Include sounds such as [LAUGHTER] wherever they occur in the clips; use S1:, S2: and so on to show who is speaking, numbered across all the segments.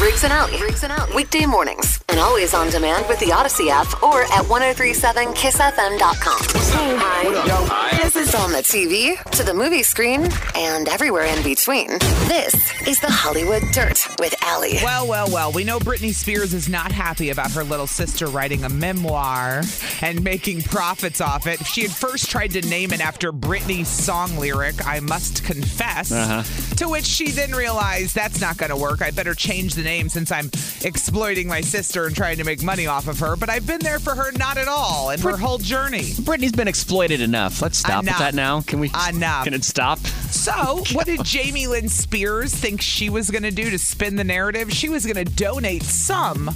S1: Riggs and Out. Riggs and Out. Weekday mornings. And always on demand with the Odyssey app or at 1037kissfm.com. Hi. This is on the TV, to the movie screen, and everywhere in between. This is the Hollywood Dirt with Allie.
S2: Well, well, well, we know Britney Spears is not happy about her little sister writing a memoir and making profits off it. She had first tried to name it after Britney's song lyric, I Must Confess, to which she then realized that's not going to work. I better change the name since I'm exploiting my sister and trying to make money off of her. But I've been there for her not at all in her whole journey.
S3: Brittany's been exploited enough. Let's stop
S2: Enough.
S3: with that now. Can we?
S2: Enough.
S3: Can it stop?
S2: So, what did Jamie Lynn Spears think she was going to do to spin the narrative? She was going to donate some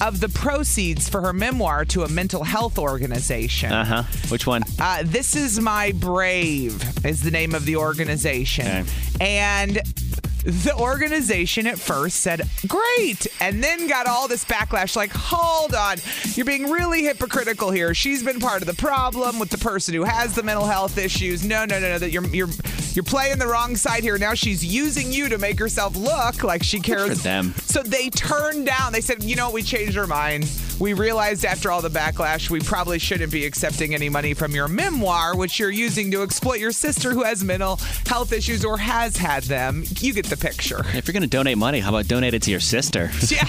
S2: of the proceeds for her memoir to a mental health organization.
S3: Uh huh. Which one?
S2: Uh, this is My Brave, is the name of the organization.
S3: Okay.
S2: And the organization at first said, great, and then got all this backlash like, hold on, you're being really hypocritical here. She's been part of the problem with the person who has the mental health issues. No, no, no, no, that you're, you're, you're playing the wrong side here. Now she's using you to make herself look like she cares.
S3: for them.
S2: So they turned down. They said, you know, what? we changed our mind. We realized after all the backlash, we probably shouldn't be accepting any money from your memoir, which you're using to exploit your sister who has mental health issues or has had them. You get the picture. [LAUGHS]
S3: If you're gonna donate money, how about donate it to your sister? [LAUGHS]
S2: Yeah.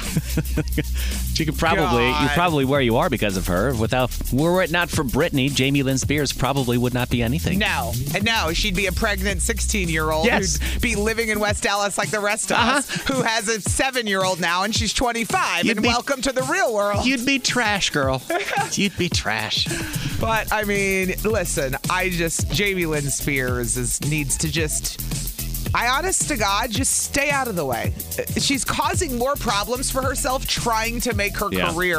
S3: She could probably
S2: God.
S3: you're probably where you are because of her. Without were it not for Brittany, Jamie Lynn Spears probably would not be anything.
S2: No. And no, she'd be a pregnant 16 year old
S3: Yes. Uh-huh.
S2: who'd be living in West Dallas like the rest of us, who has a seven year old now and she's 25.
S3: You'd
S2: and
S3: be-
S2: welcome to the real world.
S3: You'd be trash,
S2: [LAUGHS]
S3: girl. You'd be trash.
S2: But I mean, listen, I just Jamie Lynn Spears is, needs to just. I honest to God, just stay out of the way. Uh, She's causing more problems for herself trying to make her
S3: Yeah.
S2: career.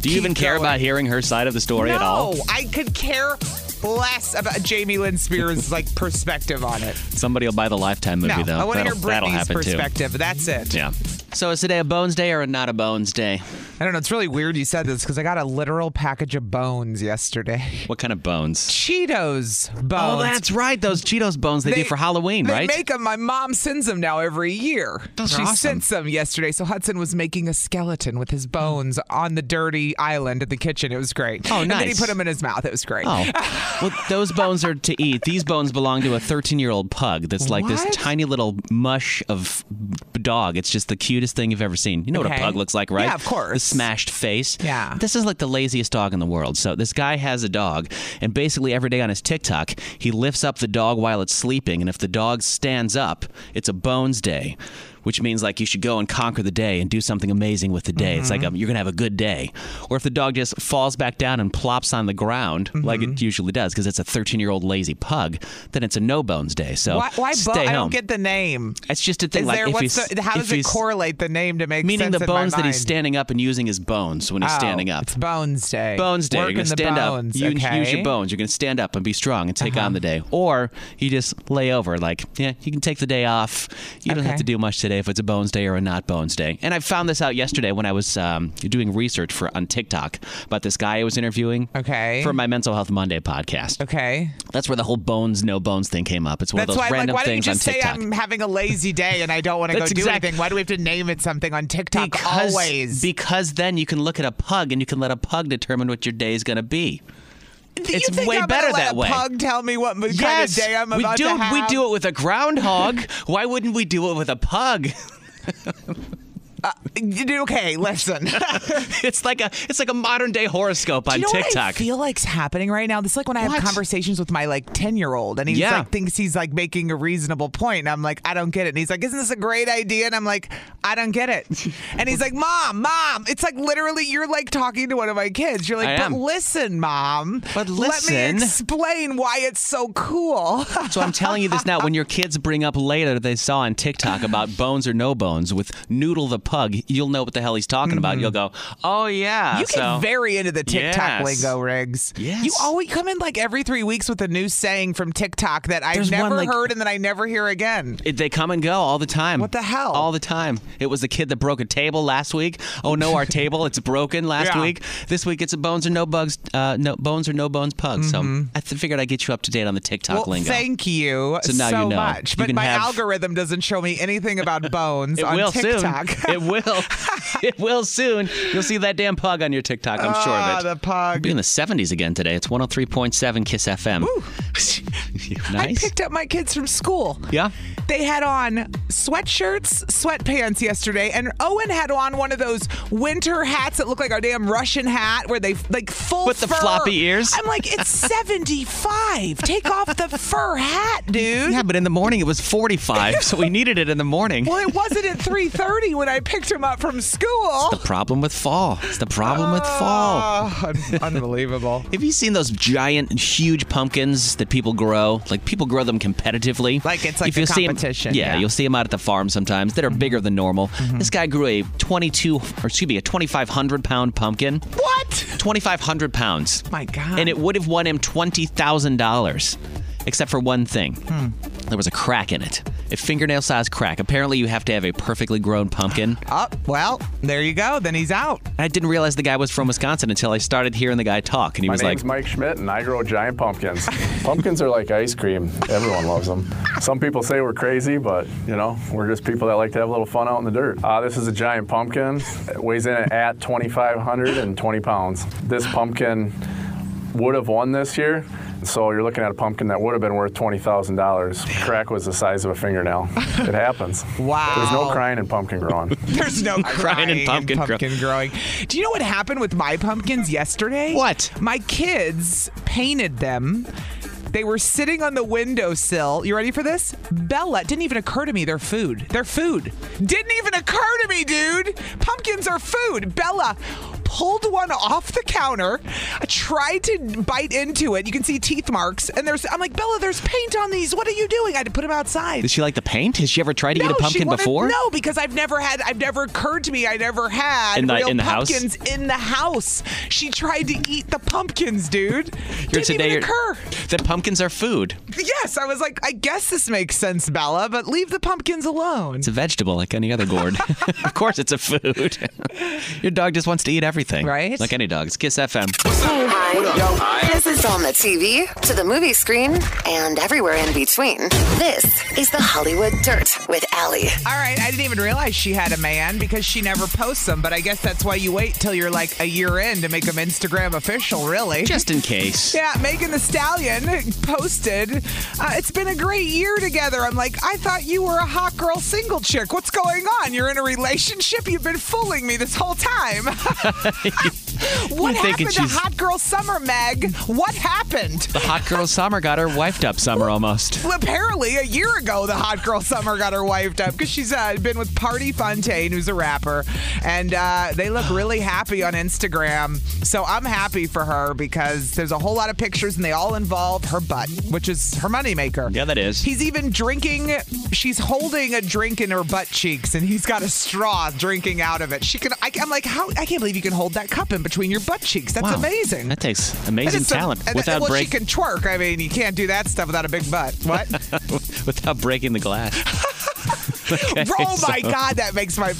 S3: Do you
S2: keep
S3: even care
S2: going.
S3: about hearing her side of the story
S2: no,
S3: at all?
S2: I could care less about Jamie Lynn Spears' like [LAUGHS] perspective on it.
S3: Somebody will buy the Lifetime movie
S2: No,
S3: though.
S2: I want to hear
S3: That'll- that'll
S2: Britney's
S3: happen, too.
S2: perspective. That's it.
S3: Yeah. So is today a bones day or not a bones day?
S2: I don't know. It's really weird you said this because I got a literal package of bones yesterday.
S3: What kind of bones?
S2: Cheetos bones.
S3: Oh, that's right. Those Cheetos bones they, do for Halloween,
S2: they
S3: right?
S2: make them. My mom sends them now every year.
S3: Those are
S2: she
S3: awesome.
S2: sent some yesterday. So Hudson was making a skeleton with his bones on the dirty island in the kitchen. It was great.
S3: Oh,
S2: And then he
S3: nice.
S2: put them in his mouth. It was great.
S3: Oh, well,
S2: [LAUGHS]
S3: those bones are to eat. These bones belong to a 13 year old pug that's like
S2: What?
S3: this tiny little mush of b- dog. It's just the cutest thing you've ever seen. You know what
S2: Okay.
S3: a pug looks like, right?
S2: Yeah, of course.
S3: The smashed face.
S2: Yeah.
S3: This is like the laziest dog in the world. So, this guy has a dog, and basically every day on his TikTok, he lifts up the dog while it's sleeping. And if the dog stands up, it's a bones day. Which means like you should go and conquer the day and do something amazing with the day. It's like
S2: Mm-hmm.
S3: a, you're gonna have a good day. Or if the dog just falls back down and plops on the ground like it
S2: Mm-hmm.
S3: usually does because it's a 13 year old lazy pug, then it's a no bones day. So
S2: Why, why bo-
S3: stay home.
S2: I don't get the name.
S3: it's just a thing.
S2: Is
S3: like
S2: there,
S3: if
S2: what's
S3: he's,
S2: the, how does
S3: if
S2: it
S3: he's-
S2: correlate the name to make
S3: Meaning
S2: sense
S3: the
S2: in my
S3: bones that he's
S2: mind?
S3: standing up and using his bones when he's
S2: Oh,
S3: standing up.
S2: It's Bones Day.
S3: Bones day.
S2: Work
S3: You're
S2: in
S3: gonna
S2: the
S3: stand
S2: bones,
S3: up. You
S2: okay? Uh-huh.
S3: use your bones. You're gonna stand up and be strong and take on the day. Or you just lay over. Like, yeah, you can take the day off. You don't have
S2: Okay.
S3: to do much today if it's a bones day or a not bones day. And I found this out yesterday when I was um, doing research for on TikTok about this guy I was interviewing.
S2: Okay.
S3: For my Mental Health Monday podcast.
S2: Okay.
S3: That's where the whole bones no bones thing came up. It's one
S2: That's
S3: of those
S2: why, I'm like,
S3: random
S2: why don't you
S3: things
S2: just
S3: on
S2: say
S3: TikTok.
S2: I'm having a lazy day and I
S3: [LAUGHS]
S2: don't want to go
S3: That's
S2: do
S3: exact-
S2: anything? Why do we have to name it something on TikTok
S3: because,
S2: always?
S3: because then you can look at a pug and you can let a pug determine what your day is going to be.
S2: Do
S3: It's
S2: you think
S3: way
S2: I'm
S3: better
S2: gonna let
S3: that
S2: a
S3: way.
S2: Pug, tell me what mo- kind of day I'm
S3: we
S2: about
S3: do.
S2: to
S3: [LAUGHS]
S2: have.
S3: We do it with a groundhog. Why wouldn't we do it with a pug?
S2: Uh, y- y- [LAUGHS] okay, listen.
S3: [LAUGHS] [LAUGHS] it's like a it's like a modern day horoscope on
S2: Do you know
S3: TikTok.
S2: What I feel like's happening right now. This is like when I have conversations with my like ten year old, and he's
S3: Yeah.
S2: like thinks he's like making a reasonable point, and I'm like, I don't get it. And he's like, Isn't this a great idea? And I'm like, I don't get
S3: [LAUGHS]
S2: it. and he's like, Mom, Mom, it's like literally you're like talking to one of my kids. You're like,
S3: I
S2: But
S3: am.
S2: listen, Mom.
S3: But
S2: let
S3: listen."
S2: me explain why it's
S3: [LAUGHS]
S2: so cool.
S3: So I'm telling you this now. When your kids bring up later they saw on TikTok
S2: [LAUGHS]
S3: about bones or no bones with Noodle the pug, you'll know what the hell he's talking about. You'll go, oh yeah.
S2: Mm-hmm. You
S3: so,
S2: get very into the TikTok
S3: Yes.
S2: lingo, Riggs.
S3: Yes.
S2: You always come in like every three weeks with a new saying from TikTok that I've
S3: There's one,
S2: never
S3: like-
S2: heard and that I never hear again.
S3: It- they come and go all the time.
S2: What the hell?
S3: All the time. It was the kid that broke a table last week. Oh no,
S2: [LAUGHS]
S3: our table it's broken last
S2: Yeah.
S3: week. This week it's a bones or no bugs, uh, no bones or no bones pug. So I th- figured I'd get you up to date on the TikTok
S2: Mm-hmm. well,
S3: lingo.
S2: thank you so,
S3: So now you know.
S2: much.
S3: You
S2: but
S3: can
S2: my
S3: have-
S2: algorithm doesn't show me anything
S3: [LAUGHS]
S2: about bones
S3: it
S2: on
S3: will
S2: TikTok.
S3: soon. [LAUGHS] It will. it will soon. You'll see that damn pug on your TikTok. I'm sure
S2: Ah,
S3: of it.
S2: the pug.
S3: We'll be in the 70s again today. It's 103.7 Kiss [LAUGHS] FM.
S2: [LAUGHS] I
S3: nice.
S2: picked up my kids from school.
S3: Yeah.
S2: They had on sweatshirts, sweatpants yesterday, and Owen had on one of those winter hats that look like our damn Russian hat, where they like full
S3: With the
S2: fur.
S3: floppy ears?
S2: I'm like,
S3: [LAUGHS]
S2: it's 75. Take off the fur hat,
S3: [LAUGHS]
S2: dude.
S3: Yeah, but in the morning it was 45, so we needed it in the morning.
S2: Well, it wasn't at 3:30 when I picked him up from
S3: The
S2: school.
S3: problem with fall. It's the problem with fall.
S2: Oh, un- unbelievable.
S3: Have you seen those giant, huge pumpkins that people grow? Like people grow them competitively.
S2: Like, it's like
S3: if
S2: a
S3: you'll see 'em-
S2: competition,
S3: yeah,
S2: yeah. Mm-hmm.
S3: you'll see them out at the farm sometimes that are bigger than normal. This guy grew a 22, or excuse me, a 2,500 pound pumpkin.
S2: What?
S3: 2,500 pounds.
S2: My God.
S3: And it would have won him $20,000, except for one thing.
S2: Hmm.
S3: There was a crack in it, a fingernail sized crack. Apparently, you have to have a perfectly grown pumpkin.
S2: Oh, well, there you go. Then he's out.
S3: I didn't realize the guy was from Wisconsin until I started hearing the guy talk. And he
S4: My
S3: was
S4: name's
S3: like,
S4: Mike Schmidt, and I grow giant
S3: [LAUGHS]
S4: pumpkins. pumpkins are like ice cream. Everyone loves them. Some people say we're crazy, but you know, we're just people that like to have a little fun out in the dirt. Uh, this is a giant pumpkin. It weighs in at 2,520 pounds. This pumpkin would have won this year. So you're looking at a pumpkin that would have been worth twenty thousand dollars. Crack was the size of a fingernail. It
S3: [LAUGHS]
S4: happens.
S2: Wow.
S4: There's no crying in pumpkin growing.
S2: [LAUGHS] There's no crying,
S3: Crying and
S2: in pumpkin,
S3: pumpkin grow-
S2: growing. Do you know what happened with my pumpkins yesterday?
S3: What?
S2: My kids painted them. They were sitting on the windowsill. You ready for this? Bella it didn't even occur to me. They're food. They're food. Didn't even occur to me, dude. Pumpkins are food. Bella pulled one off the counter, tried to bite into it. You can see teeth marks, and there's. I'm like, Bella, there's paint on these. What are you doing? I had to put them outside.
S3: Does she like the paint? Has she ever tried to eat a
S2: she
S3: pumpkin
S2: wanted-
S3: before?
S2: No, because I've never had. I've never occurred to me. I never had
S3: In the-
S2: real
S3: in the house?
S2: pumpkins in the house. She tried to eat the pumpkins, dude.
S3: Here
S2: Didn't
S3: today, you're-
S2: even occur.
S3: that pumpkins are food.
S2: Yes, I was like, I guess this makes sense, Bella, but leave the pumpkins alone.
S3: It's a vegetable like any other
S2: [LAUGHS]
S3: gourd. [LAUGHS] of course, it's a food. Your dog just wants to eat everything.
S2: Right?
S3: Like any dogs. Kiss FM.
S1: Hi. This is on the TV, to the movie screen, and everywhere in between. This is the Hollywood Dirt with Allie.
S2: All right, I didn't even realize she had a man because she never posts them, but I guess that's why you wait till you're like a year in to make them Instagram official, really.
S3: Just in case.
S2: Yeah, Megan the Stallion posted, uh, It's been a great year together. I'm like, I thought you were a hot girl single chick. What's going on? You're in a relationship? You've been fooling me this whole time. [LAUGHS] what
S3: You're thinking
S2: happened to
S3: she's-
S2: Hot Girl Summer, Meg? What happened?
S3: The hot girl summer got her wifed up summer almost.
S2: Well, apparently, a year ago, the hot girl summer got her wifed up because she's uh, been with Party Fontaine, who's a rapper, and uh, they look really happy on Instagram. So I'm happy for her because there's a whole lot of pictures, and they all involve her butt, which is her moneymaker.
S3: Yeah, that is.
S2: He's even drinking. She's holding a drink in her butt cheeks, and he's got a straw drinking out of it. She can. I, I'm like, how? I can't believe you can hold that cup in between your butt cheeks. That's
S3: Wow.
S2: amazing.
S3: That takes
S2: That
S3: amazing
S2: is some-
S3: talent
S2: and-
S3: without
S2: well,
S3: break,
S2: she can twerk. I mean, you can't do that stuff without a big butt.
S3: [LAUGHS]
S2: What?
S3: without breaking the
S2: [LAUGHS]
S3: glass. [LAUGHS] Okay,
S2: oh my
S3: so-
S2: God, that makes my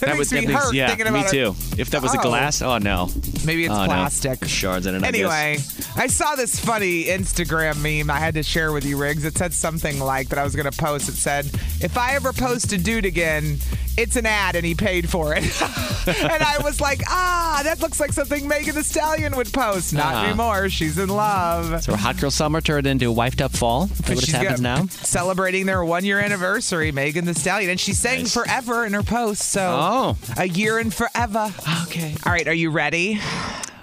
S2: that, makes me hurt
S3: yeah,
S2: thinking about
S3: me too. If that was
S2: Oh.
S3: a glass, oh no.
S2: Maybe it's
S3: Oh, no.
S2: plastic.
S3: Shards in it. I guess.
S2: Anyway, I saw this funny Instagram meme I had to share with you, Riggs. It said something like that I was going to post. It said, If I ever post a dude again, it's an ad and he paid for it. [LAUGHS] and I was like, ah, that looks like something Megan Thee Stallion would post. Not
S3: Uh-huh.
S2: anymore. She's in love.
S3: So hot girl summer turned into wifed up fall. Is that what
S2: She's
S3: happens
S2: got-
S3: now?
S2: Celebrating their one year anniversary, Megan the Stallion. And she sang
S3: Nice.
S2: forever in her post. So
S3: Oh.
S2: a year and forever.
S3: [GASPS] Okay.
S2: All right, are you ready?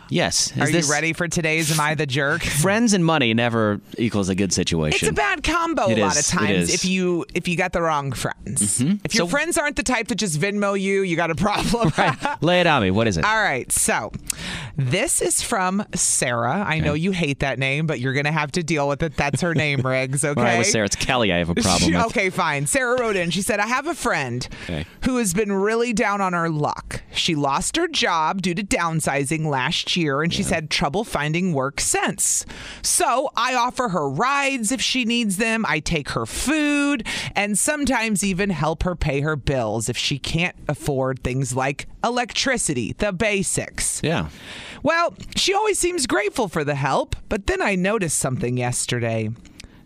S3: Yes. Is
S2: are
S3: this
S2: you ready for today's Am I the
S3: [LAUGHS]
S2: Jerk?
S3: Friends and money never equals a good
S2: It's
S3: situation.
S2: a bad combo
S3: It
S2: a lot
S3: is,
S2: of
S3: it
S2: times
S3: is. Mm-hmm.
S2: if you if you got the wrong friends. If your
S3: So-
S2: friends aren't the type to just Venmo you, you got a problem.
S3: Lay it on me. What is it?
S2: [LAUGHS] All right. So this is from Sarah. I know you hate that name, but you're going to have to deal with it. That's her name, Riggs.
S3: [LAUGHS]
S2: Okay.
S3: All right, with Sarah, it's Kelly. I have a
S2: [LAUGHS]
S3: problem.
S2: She-
S3: with.
S2: okay, fine. Sarah wrote in. She said, I have a friend
S3: Okay.
S2: who has been really down on her luck. She lost her job due to downsizing last year, and she's had trouble finding work since. So I offer her rides if she needs them. I take her food and sometimes even help her pay her bills if she can't afford things like electricity, the basics.
S3: Yeah.
S2: Well, she always seems grateful for the help, but then I noticed something yesterday.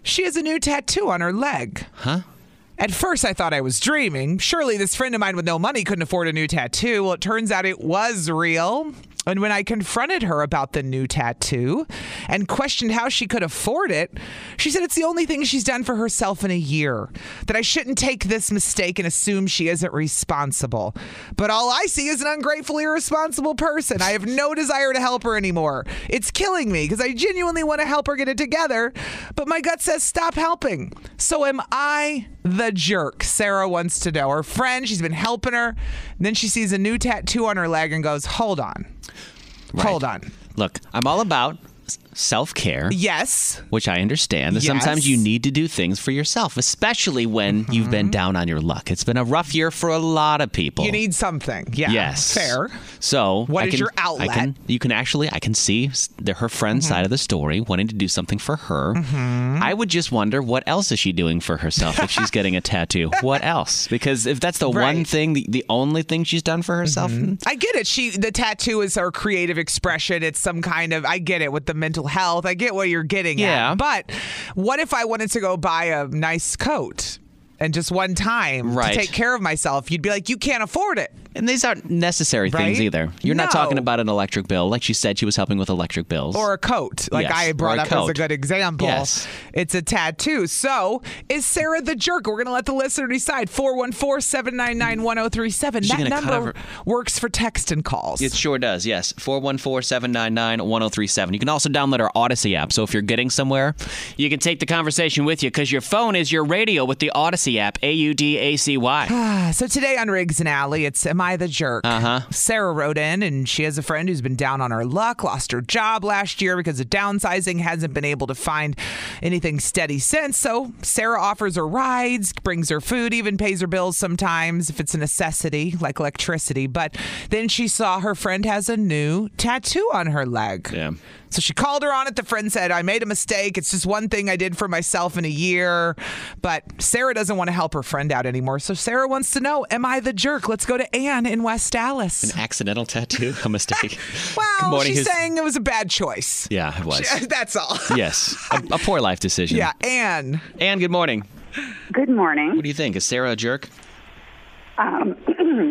S2: She has a new tattoo on her leg.
S3: Huh?
S2: At first, I thought I was dreaming. Surely this friend of mine with no money couldn't afford a new tattoo. Well, it turns out it was real. And when I confronted her about the new tattoo and questioned how she could afford it, she said it's the only thing she's done for herself in a year. That I shouldn't take this mistake and assume she isn't responsible. But all I see is an ungrateful, irresponsible person. I have no desire to help her anymore. It's killing me because I genuinely want to help her get it together, but my gut says stop helping. So am I the jerk? Sarah wants to know. Her friend, she's been helping her. And then she sees a new tattoo on her leg and goes, hold on. Hold on.
S3: Look, I'm all about self care.
S2: Yes.
S3: Which I understand.
S2: Yes. Mm-hmm.
S3: Sometimes you need to do things for yourself, especially when you've been down on your luck. It's been a rough year for a lot of people.
S2: You need something. Yeah.
S3: Oh. Yes.
S2: Fair.
S3: So
S2: What
S3: I
S2: is
S3: can-
S2: your
S3: I
S2: outlet? Mm-hmm.
S3: can- you can actually I can see s- the, her friend's side of the story, wanting to do something for her. I would just wonder what else is she doing for herself if she's getting a
S2: [LAUGHS]
S3: tattoo. What else? Because if that's the one
S2: Right. Mm-hmm.
S3: thing, the, the only thing she's done for herself,
S2: I get it. She the tattoo is her creative expression. It's some kind of I get it with the mental health. I get what you're getting
S3: Yeah.
S2: at. But what if I wanted to go buy a nice coat and just one time
S3: Right.
S2: to take care of myself? You'd be like, you can't afford it.
S3: and these aren't necessary things
S2: Right?
S3: either. You're not talking
S2: No.
S3: about an electric bill, like she said she was helping with electric bills.
S2: Or a coat, like
S3: Yes,
S2: I brought
S3: or a
S2: up as a
S3: coat.
S2: good example.
S3: Yes.
S2: It's a tattoo. So is Sarah the jerk? We're going to let the listener decide. 414 799 1037.
S3: She's
S2: That
S3: gonna cut
S2: number
S3: over-
S2: works for text and calls.
S3: It sure does, yes. 414 799 1037. You can also download our Odyssey app. So if you're getting somewhere, you can take the conversation with you because your phone is your radio with the Odyssey app, A U D A C
S2: [LAUGHS]
S3: Y.
S2: [SIGHS] So today on Riggs and Alley, it's Am I the Jerk? Uh-huh. Sarah wrote in and she has a friend who's been down on her luck, lost her job last year because of downsizing, hasn't been able to find anything steady since. So Sarah offers her rides, brings her food, even pays her bills sometimes if it's a necessity, like electricity. But then she saw her friend has a new tattoo on her leg.
S3: Yeah.
S2: So she called her on it. The friend said, I made a mistake. It's just one thing I did for myself in a year. But Sarah doesn't want to help her friend out anymore. So Sarah wants to know, Am I the jerk? Let's go to Anne in West Dallas.
S3: Accidental tattoo, a mistake. Good
S2: [LAUGHS] Well,
S3: morning,
S2: she's
S3: who's-
S2: saying it was a bad choice.
S3: Yeah, it
S2: [LAUGHS]
S3: was.
S2: That's all.
S3: [LAUGHS] yes, a, a poor life decision.
S2: Yeah, Anne.
S3: Anne, good morning. What
S5: Good morning. [LAUGHS]
S3: do you think? Is Sarah a jerk?
S5: Um,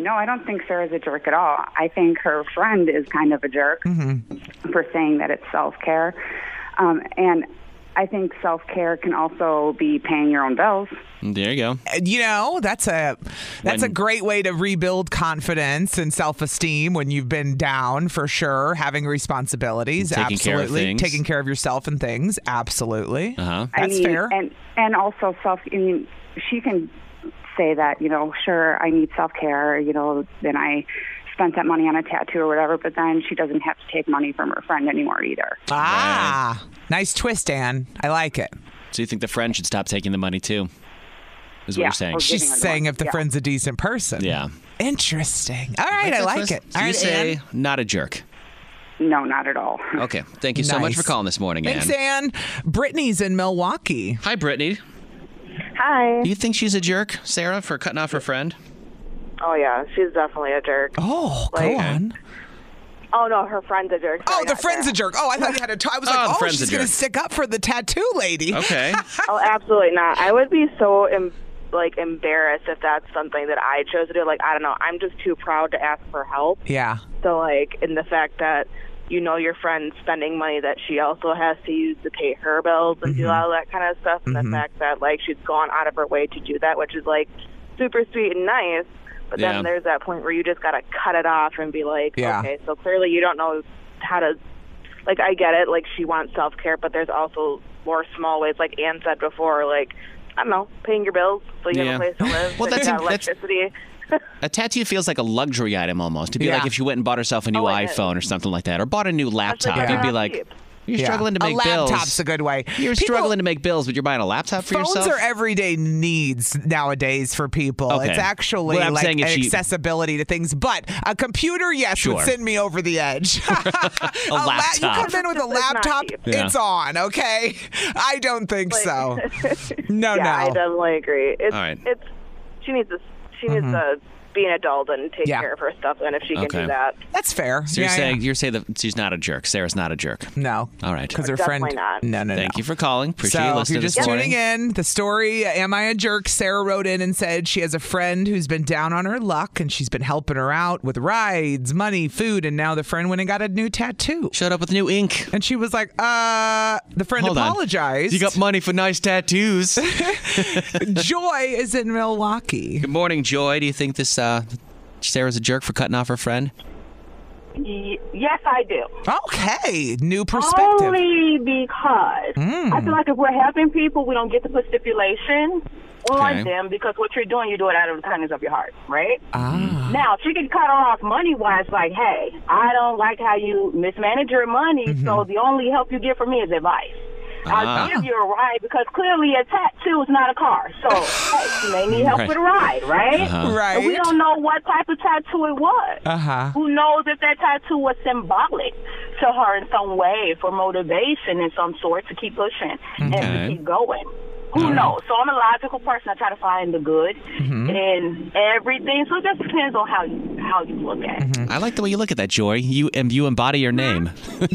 S5: no, I don't think Sarah's a jerk at all. I think her friend is kind of a jerk
S2: Mm-hmm.
S5: for saying that it's self care. Um, and I think self care can also be paying your own bills.
S3: There you go.
S2: And, You know, that's a that's a
S3: When-
S2: great way to rebuild confidence and self-esteem when you've been down for sure, having responsibilities,
S3: Taking
S2: absolutely,
S3: care of things.
S2: taking care of yourself and things, absolutely.
S3: Uh-huh.
S2: That's
S5: I mean,
S2: fair.
S5: And and also self. I mean, she can say that you know, sure, I need self care. You know, then I spent that money on a tattoo or whatever. But then she doesn't have to take money from her friend anymore either.
S2: Ah, nice twist, Anne. I like it.
S3: So you think the friend should stop taking the money too? Is what
S5: Yeah.
S3: you're saying?
S5: Okay.
S2: She's
S5: Giving her
S2: saying
S5: one,
S2: if the
S5: yeah.
S2: friend's a decent person.
S3: Yeah.
S2: Interesting. All right, I like it.
S3: So
S2: All
S3: you
S2: right,
S3: say
S2: Anne.
S3: not a jerk.
S5: No, not at all.
S3: Okay. Thank you so much
S2: Nice.
S3: for calling this morning,
S2: Thanks,
S3: Anne.
S2: Anne. Brittany's in Milwaukee.
S3: Hi, Brittany.
S6: Hi.
S3: Do you think she's a jerk, Sarah, for cutting off her friend?
S6: Oh yeah, she's definitely a jerk.
S2: Oh, go
S6: Like-
S2: on.
S6: Oh no, her friend's a jerk.
S2: Oh,
S6: Sorry,
S2: the
S6: not
S2: friend's a
S6: Sarah.
S2: jerk. Oh, I thought you had a. T- I was
S3: Oh, the
S2: like, oh,
S3: friend's a
S2: she's going to
S3: jerk.
S2: stick up for the tattoo lady.
S3: Okay.
S6: Oh, absolutely not. I would be so em- like embarrassed if that's something that I chose to do. Like I don't know, I'm just too proud to ask for help.
S2: Yeah.
S6: So like in the fact that you know your friend's spending money that she also has to use to pay her bills and
S3: Mm-hmm.
S6: do all that kind of stuff, and the fact that like she's gone out of her way to do that, which is like super sweet and nice. But then
S3: Yeah.
S6: there's that point where you just gotta cut it off and be like,
S2: Yeah.
S6: okay, so clearly you don't know how to. Like I get it, like she wants self care, but there's also more small ways. Like Ann said before, like I don't know, paying your bills so you
S3: Yeah.
S6: have a place to live.
S3: Well,
S6: so you
S3: that's-
S6: got
S3: that's-
S6: electricity.
S3: [LAUGHS] A tattoo feels like a luxury item almost. It'd be
S2: Yeah.
S3: like if she went and bought herself a new
S6: Oh, it is.
S3: iPhone or something like that, or bought a new laptop.
S6: they're
S3: You'd be
S6: not
S3: like,
S6: cheap.
S3: you're
S2: Yeah.
S3: struggling to
S2: A
S3: make bills.
S2: laptop's a good way.
S3: You're
S2: People-
S3: struggling to make bills, but you're buying a laptop for
S2: Phones
S3: yourself.
S2: are everyday needs nowadays for people.
S3: Okay.
S2: It's actually
S3: Well, I'm
S2: like
S3: saying if
S2: an
S3: she-
S2: accessibility to things. But a computer, yes, would
S3: Sure.
S2: send me over
S3: [LAUGHS]
S2: the edge. [LAUGHS] a la-
S3: laptop.
S2: you come in with a
S6: It's not
S2: laptop,
S6: cheap.
S3: Yeah.
S2: it's on. Okay, I don't think
S6: [LAUGHS]
S2: so. No,
S6: yeah, I
S2: no.
S6: definitely agree. It's,
S3: Oh, All right. Mm-hmm.
S6: it's she needs to she needs to be an adult and take
S2: Yeah.
S6: care of her stuff, and if she can
S3: Okay.
S6: do that,
S2: That's fair.
S3: So you're
S2: Yeah, yeah.
S3: saying you're saying that she's not a jerk. Sarah's not a jerk.
S2: no.
S3: All right.
S2: Because her friend.
S6: Definitely not.
S2: No, no,
S3: Thank
S2: no.
S3: you for calling. Appreciate you
S2: So if
S3: listening
S2: you're just
S3: this morning.
S2: tuning in, the story, uh, Am I a Jerk? Sarah wrote in and said she has a friend who's been down on her luck and she's been helping her out with rides, money, food, and now the friend went and got a new tattoo.
S3: Showed up with new ink.
S2: And she was like, uh, the friend
S3: Hold on.
S2: apologized.
S3: You got money for nice
S2: [LAUGHS]
S3: tattoos. Good
S2: Joy is in Milwaukee.
S3: morning, Joy. Do you think this uh, Sarah's a jerk for cutting off her friend?
S7: Y- yes, I do.
S2: Okay, new perspective.
S7: Only because
S3: Mm.
S7: I feel like if we're helping people, we don't get to put stipulations
S3: Okay.
S7: on them because what you're doing, you do it out of the kindness of your heart, right?
S2: ah,
S7: Now, if you can cut her off money wise, like, hey, I don't like how you mismanage your money, so the only help you get from me is advice.
S3: Mm-hmm. Ah.
S7: I'll give you a ride because clearly a tattoo is not a car. So, hey, you may need help
S3: Right. Uh-huh.
S7: with a ride, right? And we
S2: right.
S7: don't know what type of tattoo it was.
S3: Ah.
S2: Uh huh.
S7: Who knows if that tattoo was symbolic to her in some way for motivation in some sort to keep pushing and
S3: Okay.
S7: to keep going. Who knows? So I'm a logical person. I try to find the good
S3: Mm-hmm.
S7: in everything. So it just depends on how you how you look at it.
S3: I like the way you look at that, Joy. You and you embody your name.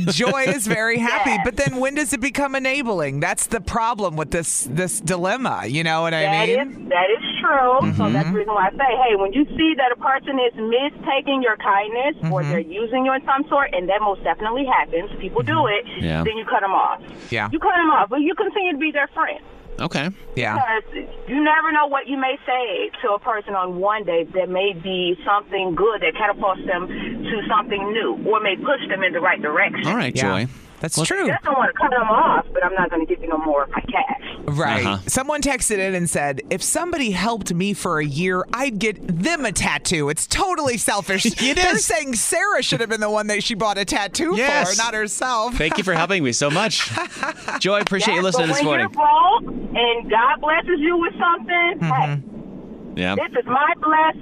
S2: Joy is very happy,
S7: Yes.
S2: but then when does it become enabling? That's the problem with this this dilemma. You know what I
S7: That
S2: mean?
S7: is that is true. So that's the reason why I say, hey, when you see that a person is mistaking your kindness
S3: Mm-hmm.
S7: or they're using you in some sort, and that most definitely happens, people do it.
S3: Mm-hmm. Yeah.
S7: Then you cut them off.
S2: Yeah.
S7: You cut them off, but you continue to be their friend.
S3: Okay.
S2: Yeah.
S7: Because you never know what you may say to a person on one day that may be something good that catapults them to something new or may push them in the right direction.
S3: All right,
S2: Yeah.
S3: Joy.
S2: That's
S3: Well,
S2: true.
S7: I just don't want to cut them off, but I'm not going to give you no more of my cash.
S2: Right.
S3: Uh-huh.
S2: Someone texted in and said, if somebody helped me for a year, I'd get them a tattoo. It's totally selfish.
S3: [LAUGHS] It
S2: They're
S3: is.
S2: saying Sarah should have been the one that she bought a tattoo
S3: Yes.
S2: for, not herself.
S3: Thank you for helping me so [LAUGHS] much. Joy, appreciate you
S7: Yes,
S3: listening
S7: but
S3: this
S7: when
S3: morning. Mm-hmm.
S7: You're broke and God blesses you with something. Hey,
S3: Yeah.
S7: this is my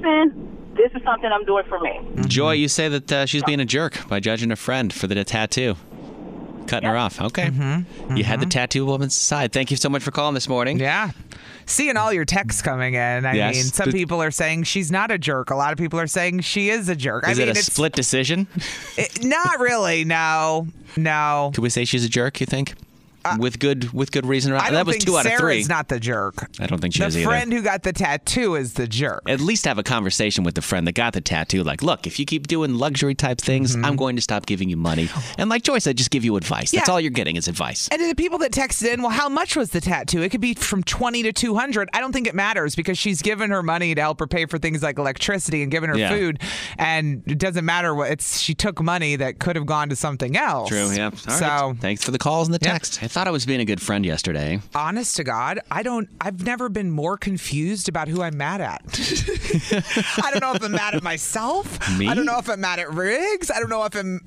S7: blessing. This is something I'm doing for me.
S3: Joy, you say that uh, she's being a jerk by judging a friend for the tattoo. Cutting her off. Okay. You had the tattoo woman's side. Thank you so much for calling this morning.
S2: Yeah. Seeing all your texts coming in, I
S3: Yes.
S2: mean, some
S3: Th-
S2: people are saying she's not a jerk. A lot of people are saying she is a jerk.
S3: Is
S2: I mean,
S3: it a
S2: it's
S3: split decision?
S2: it- not really. No, no.
S3: Could we say she's a jerk? You think? with good with good reason. or not?
S2: Uh, I don't
S3: that was
S2: think
S3: two out
S2: Sarah's
S3: of three.
S2: not the jerk.
S3: I don't think she
S2: The
S3: is
S2: friend
S3: either.
S2: who got the tattoo is the jerk.
S3: At least have a conversation with the friend that got the tattoo. Like, look, if you keep doing luxury type things, I'm going to stop giving you money. And like Joy said, just give you advice. That's
S2: Yeah.
S3: all you're getting is advice.
S2: And to the people that texted in, well, how much was the tattoo? It could be from 20 to 200. I don't think it matters because she's given her money to help her pay for things like electricity and given her
S3: Yeah.
S2: food. And it doesn't matter what it's, she took money that could have gone to something else.
S3: True. Yeah. All right.
S2: so,
S3: thanks for the calls and the
S2: Yeah.
S3: text. I thought I was being a good friend yesterday.
S2: honest to God, I don't, I've never been more confused about who I'm mad at. [LAUGHS] I don't know if I'm mad at myself.
S3: Me?
S2: I don't know if I'm mad at Riggs. I don't know if I'm,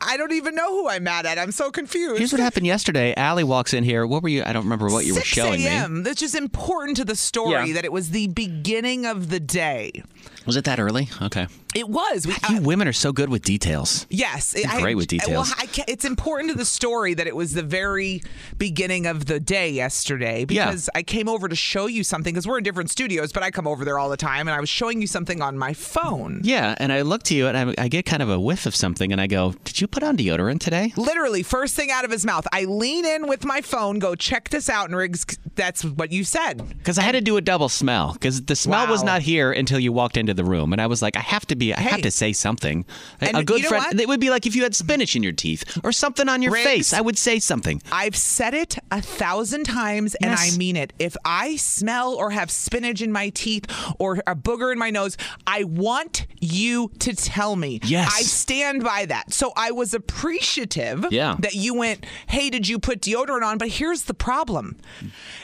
S2: I don't even know who I'm mad at. I'm so confused.
S3: Here's what happened yesterday. Allie walks in here. What were you? I don't remember what you were
S2: 6
S3: showing me.
S2: a.m. That's just important to the story
S3: Yeah.
S2: that it was the beginning of the day.
S3: Was it that early? Okay.
S2: It was. We,
S3: You women are so good with details.
S2: Yes,
S3: You're great with details.
S2: Well, I ca it's important to the story that it was the very beginning of the day yesterday because I came over to show you something because we're in different studios, but I come over there all the time, and I was showing you something on my phone.
S3: Yeah, and I look to you and I, I get kind of a whiff of something, and I go, "Did you put on deodorant today?"
S2: Literally, first thing out of his mouth. I lean in with my phone, go check this out, and Riggs, that's what you said.
S3: Because I had to do a double smell because the smell was
S2: Wow.
S3: not here until you walked into the room, and I was like, "I have to be, I have to say something." A-
S2: and
S3: a good
S2: you know
S3: friend.
S2: what?
S3: It would be like if you had spinach in your teeth or something on your
S2: Riggs?
S3: face. I would say something.
S2: I've said it a thousand times and I mean it. If I smell or have spinach in my teeth or a booger in my nose, I want you to tell me.
S3: Yes.
S2: I stand by that. So I was appreciative
S3: Yeah.
S2: that you went, hey, did you put deodorant on? But here's the problem.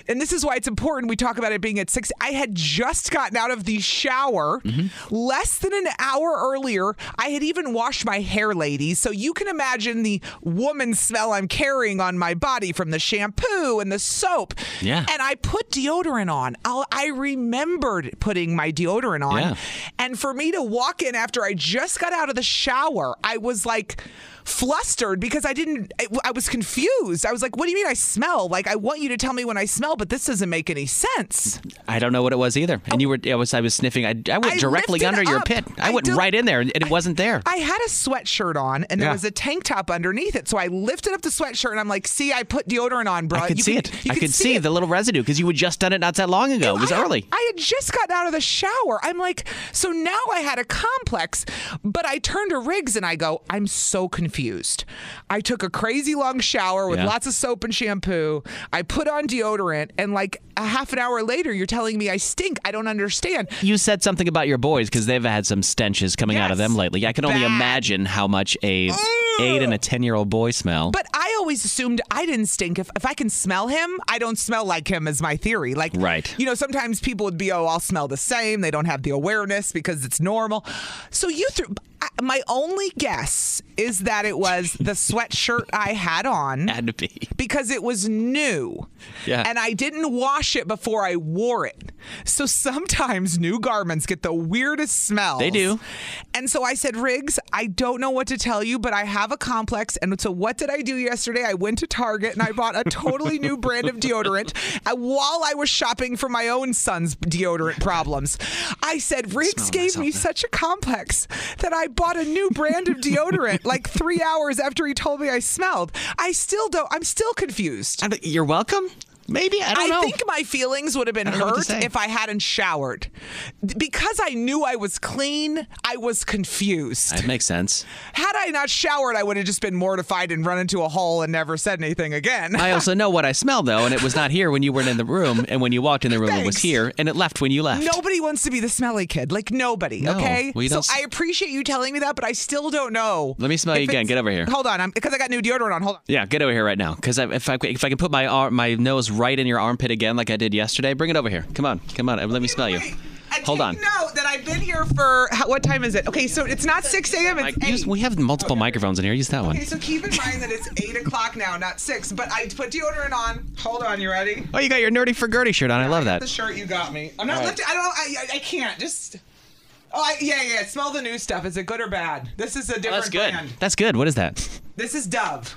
S2: And this is why it's important we talk about it being at six. I had just gotten out of the shower less than an hour earlier. I had even washed my hair, ladies. So you can imagine the woman smell I'm carrying on my body from the shampoo and the soap.
S3: Yeah.
S2: And I put deodorant on. I'll, I remembered putting my deodorant on.
S3: Yeah.
S2: And for me to walk in after I just got out of the shower, I was like flustered because I didn't, I, I was confused. I was like, what do you mean I smell? Like, I want you to tell me when I smell, but this doesn't make any sense.
S3: I don't know what it was either. And you were, I was, I was sniffing. I, I went
S2: I
S3: directly
S2: lifted
S3: under your
S2: up.
S3: pit. I,
S2: I
S3: went
S2: did-
S3: right in there, and it wasn't there.
S2: I had a sweatshirt on and there
S3: Yeah.
S2: was a tank top underneath it. So I lifted up the sweatshirt and I'm like, see, I put deodorant on, bro.
S3: I could
S2: You
S3: see it.
S2: you
S3: I could see, the little residue because you had just done it not that long ago. It was
S2: I-
S3: early.
S2: I had just gotten out of the shower. I'm like, so now I had a complex, but I turned to Riggs and I go, I'm so confused. I took a crazy long shower with
S3: Yeah.
S2: lots of soap and shampoo. I put on deodorant, and like a half an hour later, you're telling me I stink. I don't understand.
S3: You said something about your boys because they've had some stenches coming out of them lately. I can only
S2: Bad.
S3: imagine how much a eight and a ten year old boy smell.
S2: But I always assumed I didn't stink. If, if I can smell him, I don't smell like him, is my theory. Like,
S3: Right.
S2: you know, sometimes people would be, oh, I'll smell the same. They don't have the awareness because it's normal. So you threw. I- My only guess is that it was
S3: [LAUGHS]
S2: the sweatshirt I had on
S3: had to be.
S2: because it was new.
S3: Yeah.
S2: And I didn't wash it before I wore it. So sometimes new garments get the weirdest smells.
S3: They do.
S2: And so I said, Riggs, I don't know what to tell you, but I have a complex. And so what did I do yesterday? I went to Target and I bought a totally new brand of deodorant uh, while I was shopping for my own son's deodorant problems. I said, Riggs gave me such a complex that I bought a new brand of deodorant like three hours after he told me I smelled. I still don't, I'm still confused.
S3: I don't- You're welcome. Maybe I don't know.
S2: think my feelings would have been
S3: I don't know what to
S2: hurt
S3: say.
S2: if I hadn't showered. Th- Because I knew I was clean, I was confused.
S3: That makes
S2: [LAUGHS]
S3: sense.
S2: Had I not showered, I would have just been mortified and run into a hole and never said anything again.
S3: I also know what I smell though, and it was not here when you weren't in the room, and when you walked in the room, it was
S2: Thanks.
S3: here, and it left when you left.
S2: Nobody wants to be the smelly kid. Like nobody,
S3: No,
S2: okay?
S3: we
S2: So
S3: don't s-
S2: I appreciate you telling me that, but I still don't know.
S3: Let me smell you
S2: if
S3: again.
S2: it's-
S3: Get over here.
S2: Hold on, I'm because I got new deodorant on. Hold on.
S3: Yeah, get over here right now, because if I if I can put my arm, my nose right in your armpit again, like I did yesterday, bring it over here. Come on, come on, let me smell you.
S2: Wait, I
S3: Hold on.
S2: take Note that I've been here for how- what time is it? Okay, so it's not 6 a.m.
S3: I-
S2: It's
S3: use-
S2: 8.
S3: we have multiple microphones in here. Use that one.
S2: Okay, so keep in mind that it's eight o'clock now, not six. But I put deodorant on. Hold on, you ready?
S3: Oh, you got your nerdy for Gertie shirt on. I love that.
S2: The shirt you got me. I'm not lifting. I don't. I, I. I can't. Just. Oh, I, yeah, yeah. yeah. Smell the new stuff. Is it good or bad? This is a different
S3: Oh, That's good.
S2: brand.
S3: That's good. What is that?
S2: This is Dove.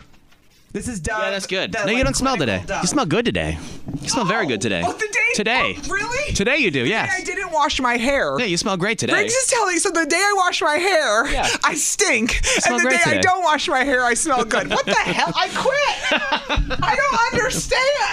S2: This is Dove.
S3: Yeah, that's good.
S2: the,
S3: no, you
S2: Uh, like,
S3: don't smell today.
S2: clinical Dove.
S3: You smell good today. You smell very good today.
S2: Oh, the day.
S3: Today.
S2: oh, really?
S3: Today you do.
S2: The day
S3: Yes.
S2: I didn't wash my hair.
S3: Yeah, you smell great today.
S2: Briggs is telling so the day I wash my hair,
S3: Yeah.
S2: I stink.
S3: smell
S2: and the
S3: great
S2: day
S3: today.
S2: I don't wash my hair, I smell good. What the hell? I
S3: [LAUGHS]
S2: quit. I don't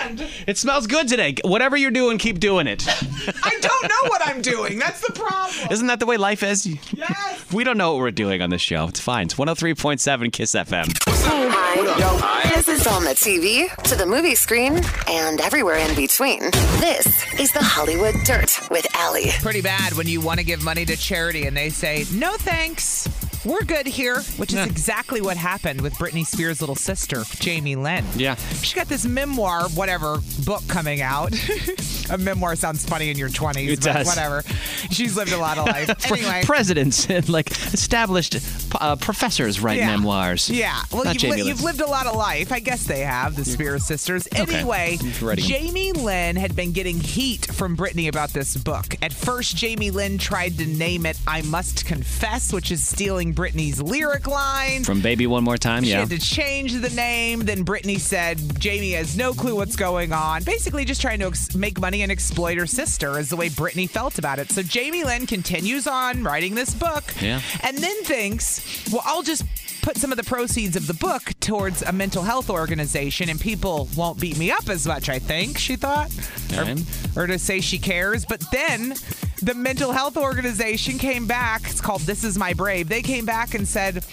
S2: understand.
S3: it smells good today. Whatever you're doing, keep doing
S2: [LAUGHS]
S3: it.
S2: I don't know what I'm doing. That's the problem.
S3: Isn't that the way life is?
S2: Yes.
S3: We don't know what we're doing on this show. It's fine. It's 103.7 Kiss FM.
S1: Hi. This is on the TV, to the movie screen, and everywhere in between. This is the Hollywood Dirt with Allie.
S2: Pretty bad when you want to give money to charity and they say, no thanks. We're good here, which is exactly what happened with Britney Spears' little sister, Jamie Lynn.
S3: [LAUGHS] Yeah.
S2: She got this memoir, whatever, book coming out. [LAUGHS] a memoir sounds funny in your 20s,
S3: It
S2: but
S3: does.
S2: whatever. She's lived a lot
S3: [LAUGHS]
S2: of life.
S3: Pre-
S2: anyway.
S3: presidents and like established uh, professors write
S2: Yeah.
S3: memoirs.
S2: Yeah. Well,
S3: Not
S2: you've,
S3: Jamie
S2: li-
S3: Lynn.
S2: you've lived a lot of life. I guess they have, the Spears sisters.
S3: Okay.
S2: Anyway,
S3: He's writing them.
S2: Jamie Lynn had been getting heat from Britney about this book. At first, Jamie Lynn tried to name it I Must Confess, which is stealing Britney's lyric line.
S3: from Baby One More Time.
S2: She
S3: Yeah.
S2: had to change the name. Then Britney said Jamie has no clue what's going on. Basically, just trying to ex- make money and exploit her sister is the way Britney felt about it. So Jamie Lynn continues on writing this book
S3: Yeah.
S2: and then thinks, well, I'll just put some of the proceeds of the book towards a mental health organization and people won't beat me up as much, I think, she thought. Or-
S3: And?
S2: or to say she cares. But then the mental health organization came back. It's called This Is My Brave. They came back and said,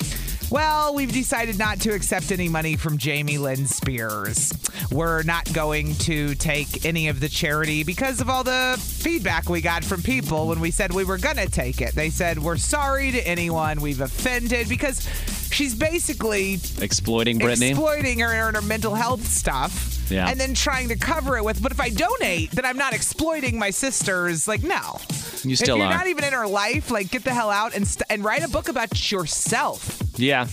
S2: well, we've decided not to accept any money from Jamie Lynn Spears. We're not going to take any of the charity because of all the feedback we got from people when we said we were going to take it. They said, We're sorry to anyone we've offended because she's basically
S3: Exploiting Britney.
S2: exploiting her and her mental health stuff.
S3: Yeah.
S2: And then trying to cover it with, but if I donate, then I'm not exploiting my sisters. Like, no.
S3: You still
S2: if you're
S3: are.
S2: not e- even in her life, like, get the hell out and st- and write a book about yourself.
S3: yeah.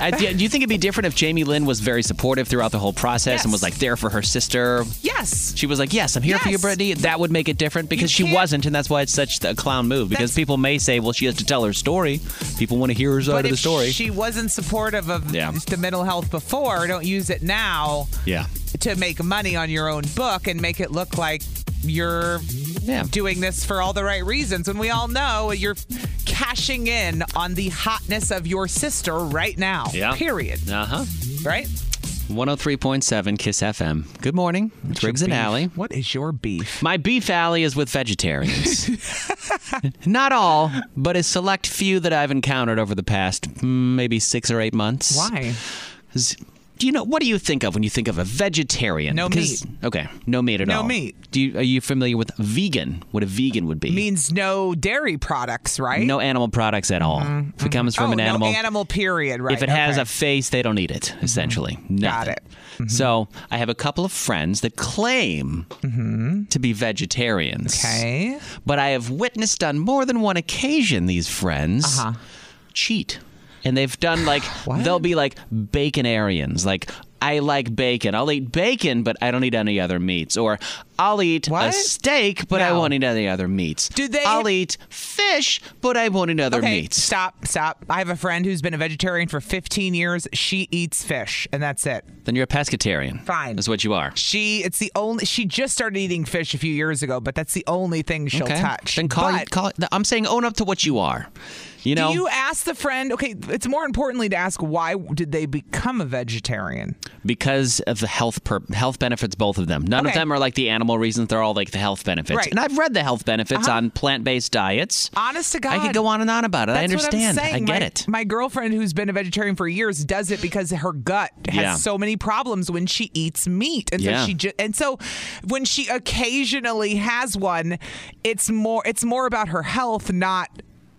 S3: I, do you think it'd be different if Jamie Lynn was very supportive throughout the whole process and
S2: Yes.
S3: was like there for her sister?
S2: Yes.
S3: She was like, "Yes, I'm here for you,
S2: Yes.
S3: Brittany." That would make it different because she
S2: can't-
S3: wasn't, and that's why it's such a clown move. Because
S2: That's-
S3: people may say, "Well, she has to tell her story." People want to hear her side
S2: But
S3: of the
S2: if
S3: story.
S2: she wasn't supportive of
S3: Yeah.
S2: the mental health before, don't use it now
S3: yeah,
S2: to make money on your own book and make it look like you're
S3: yeah.
S2: doing this for all the right reasons when we all know you're cashing in on the hotness of your sister right now.
S3: Yeah.
S2: Period.
S3: Uh huh.
S2: Right?
S3: 103.7 Kiss FM. Good morning, it's Riggs and Alley.
S2: What is your beef?
S3: My beef alley is with
S2: [LAUGHS]
S3: vegetarians. Not all, but a select few that I've encountered over the past mm, maybe six or eight months.
S2: Why?
S3: Is- Do you know what do you think of when you think of a vegetarian?
S2: No
S3: Because-
S2: meat.
S3: Okay, no meat at
S2: No
S3: all.
S2: meat.
S3: Do you, are you familiar with vegan? What a vegan would be?
S2: Means no dairy products, right?
S3: No animal products at all. If it comes from
S2: oh,
S3: an animal,
S2: No animal period, right?
S3: if it has
S2: okay. Mm-hmm.
S3: a face, they don't eat it. Essentially, nothing.
S2: Got it. Mm-hmm.
S3: So I have a couple of friends that claim to be vegetarians.
S2: Mm-hmm. Okay.
S3: But I have witnessed on more than one occasion these friends
S2: Uh-huh.
S3: cheat. And they've
S2: [SIGHS]
S3: done like, they'll be like baconarians. Like, I like bacon. I'll eat bacon, but I don't eat any other meats. Or I'll eat a
S2: What?
S3: steak, but I
S2: No.
S3: won't eat any other meats.
S2: Do they-
S3: I'll eat fish, but I won't eat other
S2: Okay,
S3: meats.
S2: stop, stop. I have a friend who's been a vegetarian for 15 years. She eats fish, and that's it.
S3: Then you're a pescatarian.
S2: Fine.
S3: That's what you are.
S2: She, it's the only. She just started eating fish a few years ago, but that's the only thing she'll touch.
S3: Then call,
S2: But-
S3: call. I'm saying own up to what you are. You know,
S2: Do you ask the friend? Okay, it's more importantly to ask why did they become a vegetarian?
S3: because of the health per- health benefits, both of them. None of
S2: Okay.
S3: them are like the animal reasons. They're all like the health benefits.
S2: Right.
S3: And I've read the health benefits on plant based diets.
S2: Honest to God,
S3: I could go on and on about it. I
S2: That's what I'm
S3: understand. I
S2: saying.
S3: get
S2: My-
S3: it.
S2: My girlfriend, who's been a vegetarian for years, does it because her gut has
S3: Yeah.
S2: so many problems when she eats meat, and
S3: Yeah.
S2: so she ju- and so when she occasionally has one, it's more it's more about her health, not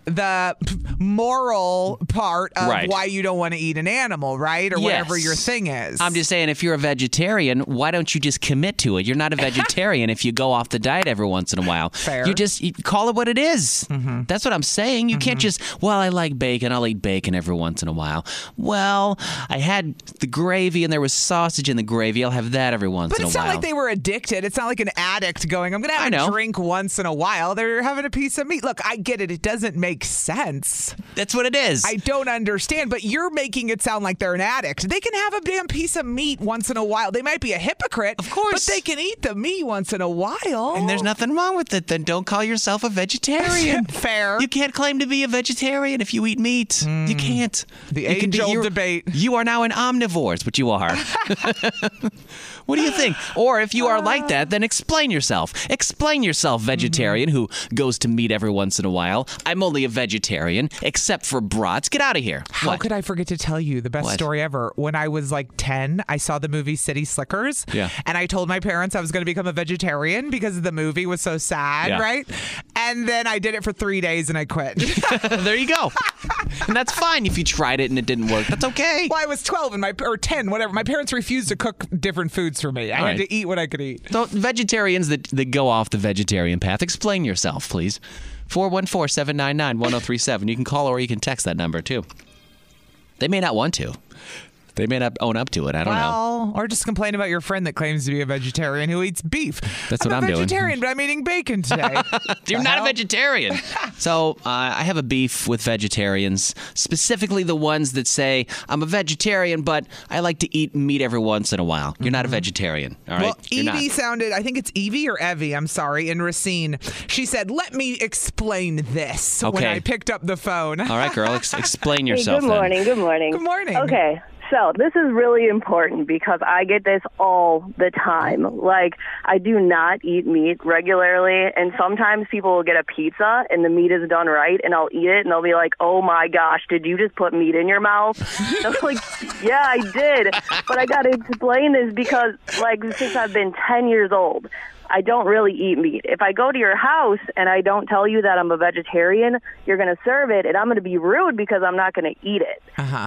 S2: the p- moral part of
S3: Right.
S2: why you don't want to eat an animal, right, or whatever
S3: Yes.
S2: your thing is.
S3: I'm just saying, if you're a vegetarian, why don't you just commit to it? You're
S2: [LAUGHS]
S3: not a vegetarian if you go off the diet every once in a while.
S2: Fair. Mm-hmm.
S3: You just you call it what it is. That's what I'm saying. You can't just, well, I like bacon. I'll eat bacon every once in a while. Well, I had the gravy and there was sausage in the gravy. I'll have that every once
S2: But
S3: in a
S2: it's
S3: while.
S2: not like they were addicted. It's not like an addict going, I'm going to
S3: I
S2: have
S3: know.
S2: a drink once in a while. They're having a piece of meat. Look, I get it. It doesn't make sense.
S3: That's what it is.
S2: I don't understand, but you're making it sound like they're an addict. They can have a damn piece of meat once in a while. They might be a hypocrite, of
S3: course.
S2: but they can eat the meat once in a while.
S3: and there's nothing wrong with it. Then don't call yourself a vegetarian.
S2: [LAUGHS] Fair. Hmm.
S3: You can't claim to be a vegetarian if you eat meat. You can't.
S2: The
S3: You can be-
S2: age-old
S3: you're-
S2: debate.
S3: You are now an omnivore, is what you
S2: [LAUGHS]
S3: are. what do you think? Or if you
S2: Uh.
S3: are like that, then explain yourself. Explain yourself,
S2: Mm-hmm.
S3: vegetarian who goes to meat every once in a while. I'm only a vegetarian, except for brats. Get out of here.
S2: How
S3: What? [LAUGHS]
S2: could I forget to tell you the best
S3: What?
S2: story ever? When I was like 10, I saw the movie City Slickers.
S3: Yeah.
S2: And I told my parents I was going to become a vegetarian because the movie was so sad,
S3: Yeah. [LAUGHS]
S2: right? And then I did it for three days and I quit.
S3: there you go. and that's fine if you tried it and it didn't work. That's okay.
S2: Well, I was 12 and my or 10, whatever. My parents refused to cook different foods for me. I
S3: All
S2: had
S3: right.
S2: to eat what I could eat.
S3: So vegetarians that, that go off the vegetarian path, explain yourself, please. 414-799-1037. You can call or you can text that number too. They may not want to. They may not own up to it. I don't know.
S2: well, or just complain about your friend that claims to be a vegetarian who eats beef.
S3: That's what
S2: I'm
S3: I'm
S2: a
S3: doing.
S2: vegetarian, but I'm eating
S3: [LAUGHS]
S2: bacon today.
S3: You're not a vegetarian. so uh, I have a beef with vegetarians, specifically the ones that say I'm a vegetarian, but I like to eat meat every once in a while. You're not a vegetarian, all right?
S2: Well,
S3: You're not.
S2: Evie sounded, I think it's Evie or Evie, I'm sorry, in Racine. She said, Let me explain this when
S3: Okay.
S2: I picked up the phone.
S3: All right, girl, ex- explain
S8: [LAUGHS] Hey,
S3: yourself.
S8: good
S3: then.
S8: morning. Good morning.
S2: Good morning.
S8: Okay. So, this is really important because I get this all the time. Like, I do not eat meat regularly, and sometimes people will get a pizza and the meat is done right, and I'll eat it, and they'll be like, oh my gosh, did you just put meat in your mouth? And I'm like, yeah, I did. But I got to explain this because, like, since I've been 10 years old, I don't really eat meat. If I go to your house and I don't tell you that I'm a vegetarian, you're going to serve it and I'm going to be rude because I'm not going to eat it.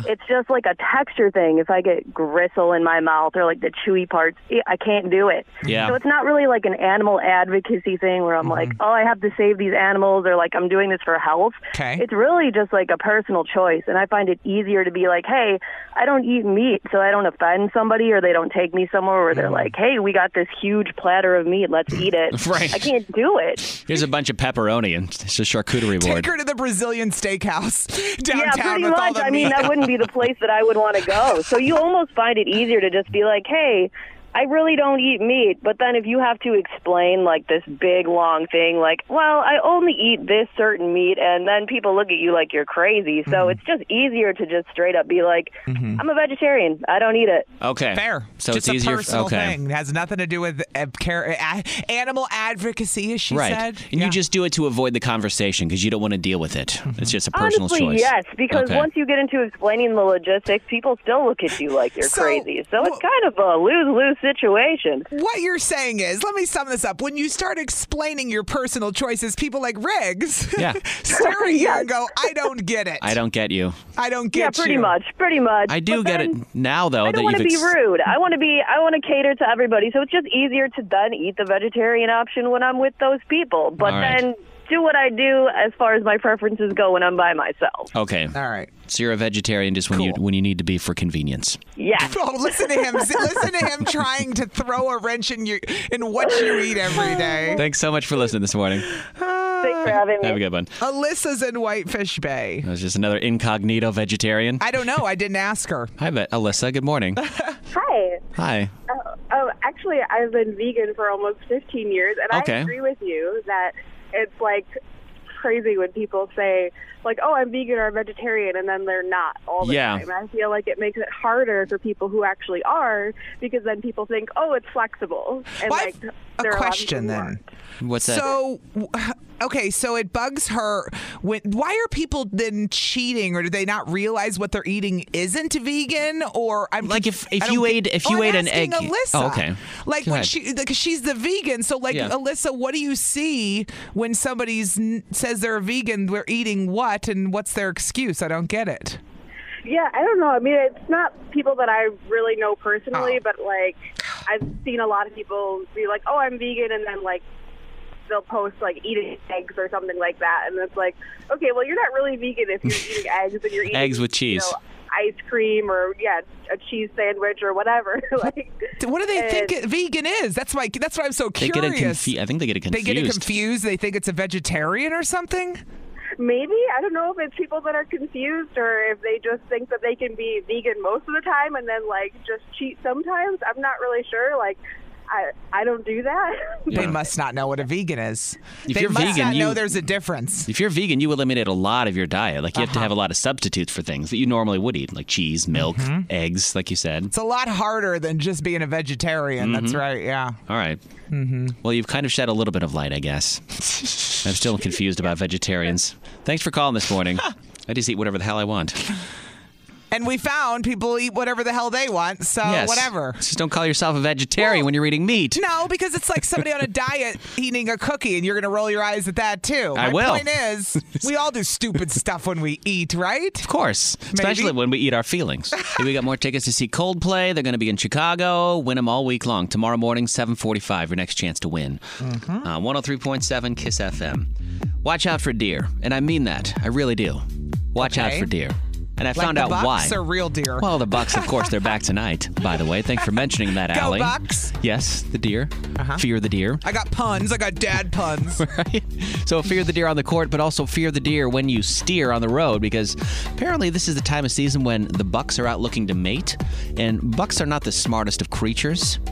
S8: It's just like a texture thing. If I get gristle in my mouth or like the chewy parts, eh, I can't do it.
S3: Yeah.
S8: So it's not really like an animal advocacy thing where I'm like, oh, I have to save these animals or like I'm doing this for health.
S2: Okay.
S8: It's really just like a personal choice. And I find it easier to be like, hey, I don't eat meat, so I don't offend somebody or they don't take me somewhere where they're like, hey, we got this huge platter of meat. Let's
S3: [LAUGHS]
S8: eat it.
S3: [LAUGHS] Right.
S8: I can't do it.
S3: Here's a bunch of pepperoni and it's a
S8: [LAUGHS]
S3: charcuterie board.
S2: Take her to the Brazilian steakhouse [LAUGHS] downtown
S8: yeah, pretty
S2: with all
S8: much.
S2: the
S8: I mean,
S2: meat.
S8: that wouldn't be the place that I would want to go. So you almost find it easier to just be like, hey, I really don't eat meat. But then if you have to explain like this big long thing, like, well, I only eat this certain meat, and then people look at you like you're crazy. So
S3: Mm-hmm.
S8: it's just easier to just straight up be like, I'm a vegetarian. I don't eat it.
S3: Okay.
S2: Fair.
S3: So
S2: Just
S3: it's easier.
S2: A personal
S3: okay.
S2: thing. It has nothing to do with uh, care, uh, animal advocacy, as she
S3: Right.
S2: said.
S3: And
S2: Yeah. Mm-hmm.
S3: you just do it to avoid the conversation because you don't want to deal with it. It's just a personal
S8: Honestly,
S3: choice.
S8: yes, because
S3: Okay.
S8: once you get into explaining the logistics, people still look at you like you're
S2: So,
S8: crazy. So
S2: well-
S8: it's kind of a lose lose situation.
S2: What you're saying is, let me sum this up. When you start explaining your personal choices, people like Riggs [LAUGHS]
S3: Yeah.
S2: stare at you and go, I don't get it.
S3: I don't get you.
S2: I don't get
S8: Yeah, pretty
S2: you."
S8: much, pretty much.
S3: I do
S8: But
S3: get
S8: then-
S3: it now though
S8: I
S3: that
S8: don't want
S3: you've
S8: to be
S3: ex-
S8: rude. I want to be. I want to cater to everybody. So it's just easier to then eat the vegetarian option when I'm with those people. But
S3: All right.
S8: then do what I do as far as my preferences go when I'm by myself.
S3: Okay.
S2: All right.
S3: So you're a vegetarian just when you when you need to be for convenience.
S8: Yeah.
S2: Oh, listen to him. listen to him trying to throw a wrench in your in what you eat
S8: [LAUGHS]
S2: every day.
S3: Thanks so much for listening this morning.
S8: Thanks for having me.
S3: Have a good one.
S2: Alyssa's in Whitefish Bay.
S3: That was just another incognito vegetarian.
S2: I don't know. I didn't ask her.
S3: Hi, Bet Alyssa. Good
S2: [LAUGHS]
S3: morning.
S9: Hi.
S3: Hi.
S9: Oh, actually, I've been vegan for almost 15 years, and
S3: Okay.
S9: I agree with you that it's like crazy when people say like, "Oh, I'm vegan or vegetarian," and then they're not all the
S3: Yeah.
S9: time. I feel like it makes it harder for people who actually are because then people think, "Oh, it's flexible," and
S2: Well,
S9: like
S2: I've-
S9: there
S2: a
S9: are lot of
S2: question
S9: people who
S2: then.
S3: What's that?
S2: So, w- okay, so it bugs her. When, why are people then cheating, or do they not realize what they're eating isn't vegan? Or I'm
S3: Like if-
S2: I
S3: if
S2: don't
S3: you
S2: get-
S3: ate- if
S2: Oh,
S3: you
S2: I'm
S3: ate an
S2: asking
S3: egg-
S2: Alyssa.
S3: Oh, okay.
S2: Like
S3: Go
S2: when
S3: ahead.
S2: she because she's the vegan. So like
S3: Yeah.
S2: Alyssa, what do you see when somebody's n- says they're a vegan? They're eating what, and what's their excuse? I don't get it.
S9: Yeah, I don't know. I mean, it's not people that I really know personally,
S2: Oh.
S9: but like I've seen a lot of people be like, "Oh, I'm vegan," and then like they'll post like eating eggs or something like that, and it's like, okay, well, you're not really vegan if you're
S3: [LAUGHS]
S9: eating eggs and you're eating
S3: Eggs with
S9: you
S3: cheese.
S9: know, ice cream or yeah, a cheese sandwich or whatever. [LAUGHS] like,
S2: What do they think
S9: And-
S2: it- vegan is? That's my. That's why I'm so
S3: they get it
S2: curious.
S3: confused. I think they get it
S2: They
S3: confused.
S2: get it confused. They think it's a vegetarian or something.
S9: maybe I don't know if it's people that are confused or if they just think that they can be vegan most of the time and then like just cheat sometimes. I'm not really sure. Like, I I don't do that. [LAUGHS]
S2: They must not know what a vegan is.
S3: If
S2: they
S3: you're
S2: must
S3: vegan,
S2: not know
S3: you-
S2: there's a difference.
S3: If you're vegan, you eliminate a lot of your diet. Like you have to have a lot of substitutes for things that you normally would eat, like cheese, milk, eggs, like you said.
S2: It's a lot harder than just being a vegetarian.
S3: Mm-hmm.
S2: That's right. Yeah.
S3: All right. Well, you've kind of shed a little bit of light, I guess. I'm still confused about vegetarians. Thanks for calling this morning. I just eat whatever the hell I want.
S2: And we found people eat whatever the hell they want. So
S3: Yes.
S2: whatever.
S3: Just don't call yourself a vegetarian when you're eating meat.
S2: [LAUGHS] No, because it's like somebody on a diet eating a cookie, and you're going to roll your eyes at that too.
S3: I
S2: My
S3: will.
S2: point is,
S3: [LAUGHS]
S2: we all do stupid stuff when we eat, right? Of
S3: course, especially when we eat our feelings.
S2: [LAUGHS]
S3: Hey, we got more tickets to see Coldplay. They're going to be in Chicago. Win them all week long. Tomorrow morning, 7:45. Your next chance to win.
S2: Mm-hmm.
S3: Uh, 103.7 Kiss FM. Watch out for deer, and I mean that. I really do. Watch out
S2: Okay.
S3: for deer. And I
S2: Like
S3: found
S2: the
S3: out
S2: Bucks
S3: why.
S2: or real deer?
S3: Well, the Bucks, of course, they're back
S2: [LAUGHS]
S3: tonight. By the way, thanks for mentioning that,
S2: Go
S3: Allie.
S2: Bucks.
S3: Yes, the deer.
S2: Uh-huh.
S3: Fear the deer.
S2: I got puns. I got dad puns.
S3: right? So fear the deer on the court, but also fear the deer when you steer on the road because apparently this is the time of season when the bucks are out looking to mate, and bucks are not the smartest of creatures. [LAUGHS]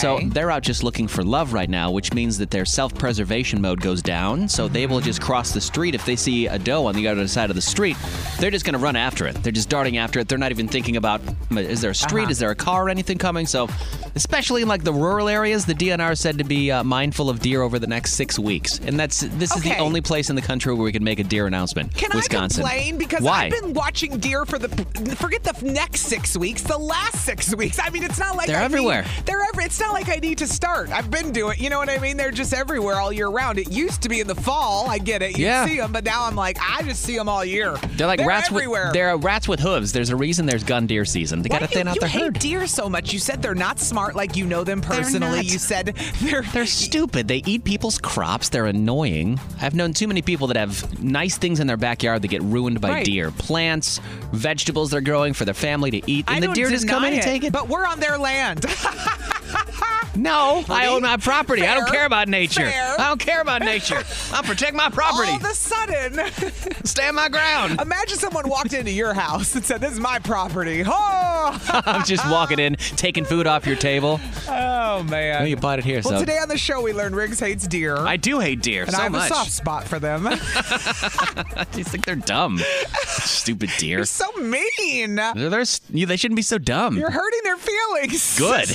S3: So they're out just looking for love right now, which means that their self-preservation mode goes down. So they will just cross the street if they see a doe on the other side of the street. They're just going to run after it. They're just darting after it. They're not even thinking about uh, is there a street,
S2: Uh-huh.
S3: is there a car, or anything coming. So, especially in like the rural areas, the DNR is said to be uh, mindful of deer over the next six weeks, and that's this is the
S2: Okay.
S3: only place in the country where we can make a deer announcement.
S2: Can
S3: Wisconsin.
S2: I complain? Because
S3: Why?
S2: I've been watching deer for the forget the next six weeks, the last six weeks. I mean, it's not like
S3: They're
S2: I
S3: everywhere.
S2: Need, they're every. It's not like I need to start. I've been doing. You know what I mean? They're just everywhere all year round. It used to be in the fall. I get it. You
S3: Yeah.
S2: see them, but now I'm like, I just see them all year.
S3: They're like rats
S2: everywhere.
S3: with they're rats with hooves. There's a reason there's gun deer season. They
S2: Why
S3: got to
S2: do
S3: thin
S2: you,
S3: out
S2: you
S3: their
S2: hate
S3: herd.
S2: deer so much. You said they're not smart like you know them personally.
S3: not.
S2: You said they're
S3: They're stupid. They eat people's crops. They're annoying. I've known too many people that have nice things in their backyard that get ruined by
S2: Right.
S3: deer. Plants, vegetables they're growing for their family to eat, and
S2: I
S3: the
S2: don't
S3: deer just come
S2: deny
S3: in and take it.
S2: But we're on their land.
S3: No, I
S2: Really?
S3: own my property. I don't
S2: Fair.
S3: care about nature.
S2: Fair.
S3: I don't care about
S2: [LAUGHS]
S3: nature. I'll protect my property. [LAUGHS]
S2: All of a sudden, [LAUGHS]
S3: stand my ground.
S2: Imagine someone walked into your house and said, "This is my property." [LAUGHS] Oh,
S3: I'm just walking in, taking food off your table.
S2: oh man.
S3: Well, you bought it here,
S2: well,
S3: so
S2: today on the show we learned Riggs hates deer.
S3: I do hate deer
S2: and
S3: so
S2: I have
S3: much.
S2: a
S3: [LAUGHS]
S2: soft spot for them. [LAUGHS]
S3: I just think they're dumb. Stupid deer.
S2: You're so mean.
S3: They're, they're s- you- they shouldn't be so dumb.
S2: You're hurting their feelings. [LAUGHS]
S3: Good.